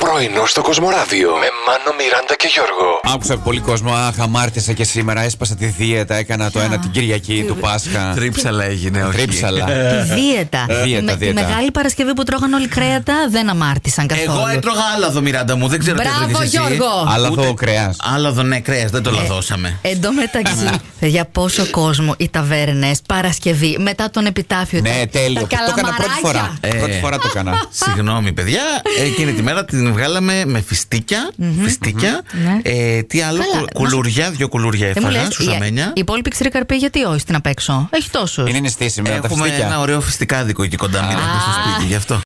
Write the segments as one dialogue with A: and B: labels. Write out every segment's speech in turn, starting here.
A: Πρωινό στο Κοσμοράδιο με Μάνο, Μιράντα και Γιώργο.
B: Άκουσα πολύ κόσμο. Αχ, αμάρτησα και σήμερα. Έσπασα τη δίαιτα. Έκανα το ένα την Κυριακή του Πάσχα.
C: Τρίψαλα έγινε, όχι. Ε,
B: Τρίψαλα.
D: Τη δίαιτα.
B: Ε, Δίαιτα,
D: Με- Τη
B: δίαιτα.
D: μεγάλη Παρασκευή που τρώγαν όλοι κρέατα δεν αμάρτησαν καθόλου.
C: Εγώ έτρωγα άλαδο, Μιράντα μου. Δεν ξέρω τι
D: Μπράβο,
C: έτρωγες εσύ.
D: Γιώργο. Ε,
B: Αλλά το
C: Ούτε-
B: κρέας.
C: Άλαδο, ναι, κρέας, δεν το λαδώσαμε.
D: Εν τω μεταξύ, για πόσο κόσμο οι ταβέρνες Παρασκευή μετά τον επιτάφιο.
B: Ναι,
D: τα-
B: τέλειο.
D: Τα
B: Το έκανα πρώτη φορά.
D: καλαμαράκια.
C: Ε.
B: Πρώτη φορά το έκανα.
C: Συγγνώμη, παιδιά. Εκείνη τη μέρα την βγάλαμε με φιστίκια. φιστίκια.
D: Ναι.
C: Ε, τι άλλο,
D: Καλά,
C: κου- κουλουριά, δύο κουλουριά
D: Δεν μου ε, λε.
C: έφαγα, σουσαμένια.
D: Η υπόλοιπη ξηρή καρπή γιατί όχι στην απ' έξω. Έχει τόσους.
B: Είναι νηστίσιμη Ε, τα
C: Έχουμε ένα
B: φιστίκια. Ε,
C: ωραίο φιστικάδικο εκεί κοντά μου στο σπίτι, γι' αυτό.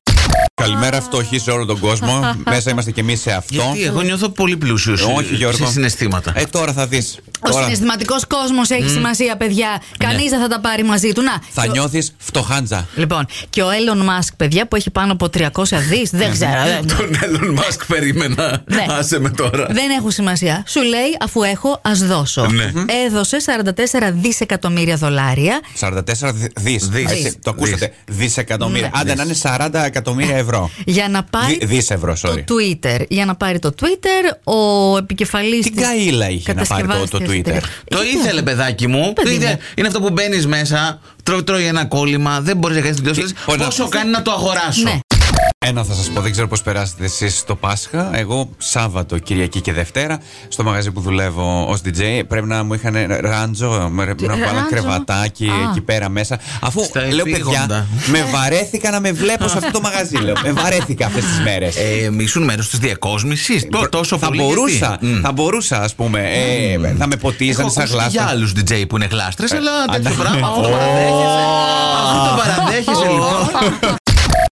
B: Καλημέρα, φτωχή σε όλο τον κόσμο. Μέσα είμαστε κι εμείς σε αυτό.
C: Γιατί εγώ νιώθω πολύ πλούσιος σε,
B: Ε, Όχι, Γιώργο.
C: σε συναισθήματα.
B: Ε, τώρα θα δεις.
D: Ο
B: Τώρα Ναι.
D: συναισθηματικός κόσμος έχει σημασία, παιδιά. Κανείς δεν θα τα πάρει μαζί του. Να.
B: θα
D: και ο-
B: νιώθεις φτωχάντζα.
D: Λοιπόν, και ο Έλλον Μάσκ, παιδιά, που έχει πάνω από 300 δις, δεν ξέρω. δεν-
C: Τον Έλλον Μάσκ περίμενα.
D: Ναι.
C: Άσε με τώρα.
D: Δεν έχουν σημασία. Σου λέει, αφού έχω, ας δώσω.
B: Ε,
C: Ναι.
D: Έδωσε 44 δισεκατομμύρια δολάρια.
B: 44 δι.
C: Δις.
B: Το ακούσατε. Δισεκατομμύρια.
D: Ναι.
B: Άντε να είναι 40 εκατομμύρια ευρώ.
D: Για να πάρει
B: Δι- δις ευρώ, sorry.
D: το Twitter. Για να πάρει το Twitter, ο επικεφαλής
B: Τι
D: της
B: καήλα είχε να πάρει το- το
D: κατασκευάστριας
B: Twitter.
D: εταιρείας. Ναι.
C: Το ήθελε, παιδάκι μου.
D: Παιδί
C: Είδε-
D: μου.
C: Είναι αυτό που μπαίνεις μέσα, τρώ- τρώει ένα κόλλημα, δεν μπορείς να κάνεις την κλωστή.
B: Πώς να-
C: Πόσο κάνει να το αγοράσω.
D: Ναι.
B: Ένα θα σας πω, δεν ξέρω πώς περάσετε εσείς το Πάσχα. Εγώ Σάββατο, Κυριακή και Δευτέρα στο μαγαζί που δουλεύω ως DJ πρέπει να μου είχαν ράντζο, με- να μου βάλαν
D: ράντζο.
B: κρεβατάκι
D: Α.
B: εκεί πέρα μέσα. Αφού
C: Στα
B: λέω παιδιά,
C: επίγοντα.
B: με βαρέθηκα να με βλέπω σε αυτό το μαγαζί. Λέω. Με βαρέθηκα αυτές τις μέρες.
C: Ε, μη ήσουν μέρος της διακόσμησης. Τόσο
B: θα
C: πολύ.
B: μπορούσα,
C: γιατί. Μμ.
B: θα μπορούσα, ας πούμε. ε, θα με ποτίζαν
C: Έχω
B: σαν
C: ακούσει και για
B: γλάστα.
C: άλλου DJ που είναι γλάστρες, αλλά τέτοιο
B: αντα-
C: πράγμα. Αυτό το παραδέχεσαι. Αυτό το παραδέχεσαι, λοιπόν.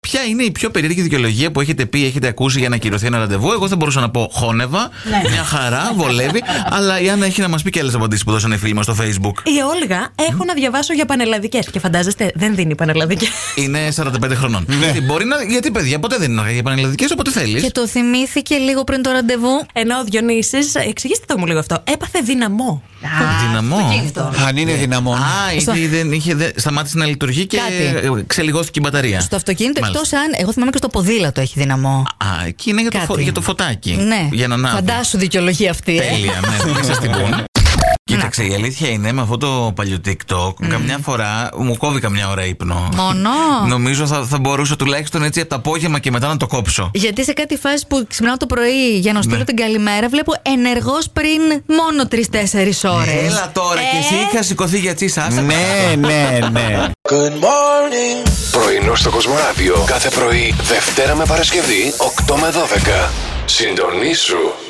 C: Ποια είναι η πιο περίεργη δικαιολογία που έχετε πει, έχετε ακούσει για να ακυρωθεί ένα ραντεβού. Εγώ θα μπορούσα να πω χώνευα,
D: Ναι.
C: μια χαρά, βολεύει. αλλά η Άννα έχει να μας πει και άλλες απαντήσεις που δώσανε οι φίλοι μας στο Facebook.
E: Η Όλγα έχω να διαβάσω για πανελλαδικές. Και φαντάζεστε, δεν δίνει πανελλαδικές.
C: Είναι 45 χρονών.
B: Ναι.
C: Γιατί, μπορεί να, γιατί παιδιά ποτέ δεν είναι αργά για πανελλαδικές, οπότε θέλεις.
D: Και το θυμήθηκε λίγο πριν το ραντεβού.
E: Ενώ ο Διονύσης, εξηγήστε το μου λίγο αυτό, έπαθε δυναμό.
C: Δυναμό.
B: Αν είναι δυναμό.
C: Ε. Α, ήδη δεν είχε, δεν- σταμάτησε να λειτουργεί και
D: Κάτι.
C: ε, ξελιγώθηκε η μπαταρία.
D: Στο αυτοκίνητο,
C: Μάλιστα.
D: εκτός αν. Εγώ θυμάμαι και στο ποδήλατο έχει δυναμό.
C: Α, εκεί είναι για το,
D: Κάτι.
C: φω- για το φωτάκι.
D: Ναι.
C: Για να ανάβει.
D: Φαντάσου δικαιολογία αυτή. ε.
C: Τέλεια, ναι, μην σα την πούνε. Κοίταξε, η αλήθεια είναι με αυτό το παλιό TikTok, καμιά φορά μου κόβει καμιά ώρα ύπνο.
D: Μονό.
C: Νομίζω θα, θα μπορούσα τουλάχιστον έτσι από το απόγευμα και μετά να το κόψω.
D: Γιατί σε κάτι φάση που ξυπνάω το πρωί για
C: Ναι.
D: να στείλω την καλημέρα, βλέπω ενεργός πριν μόνο 3-4 ώρες.
C: Έλα τώρα, και
D: Ε.
C: εσύ είχα σηκωθεί για τσίσα. άσε με.
B: Ναι, ναι, ναι.
A: Πρωινό στο Κοσμοράδιο κάθε πρωί, Δευτέρα με Παρασκευή, 8 με 12. Συντονίσου.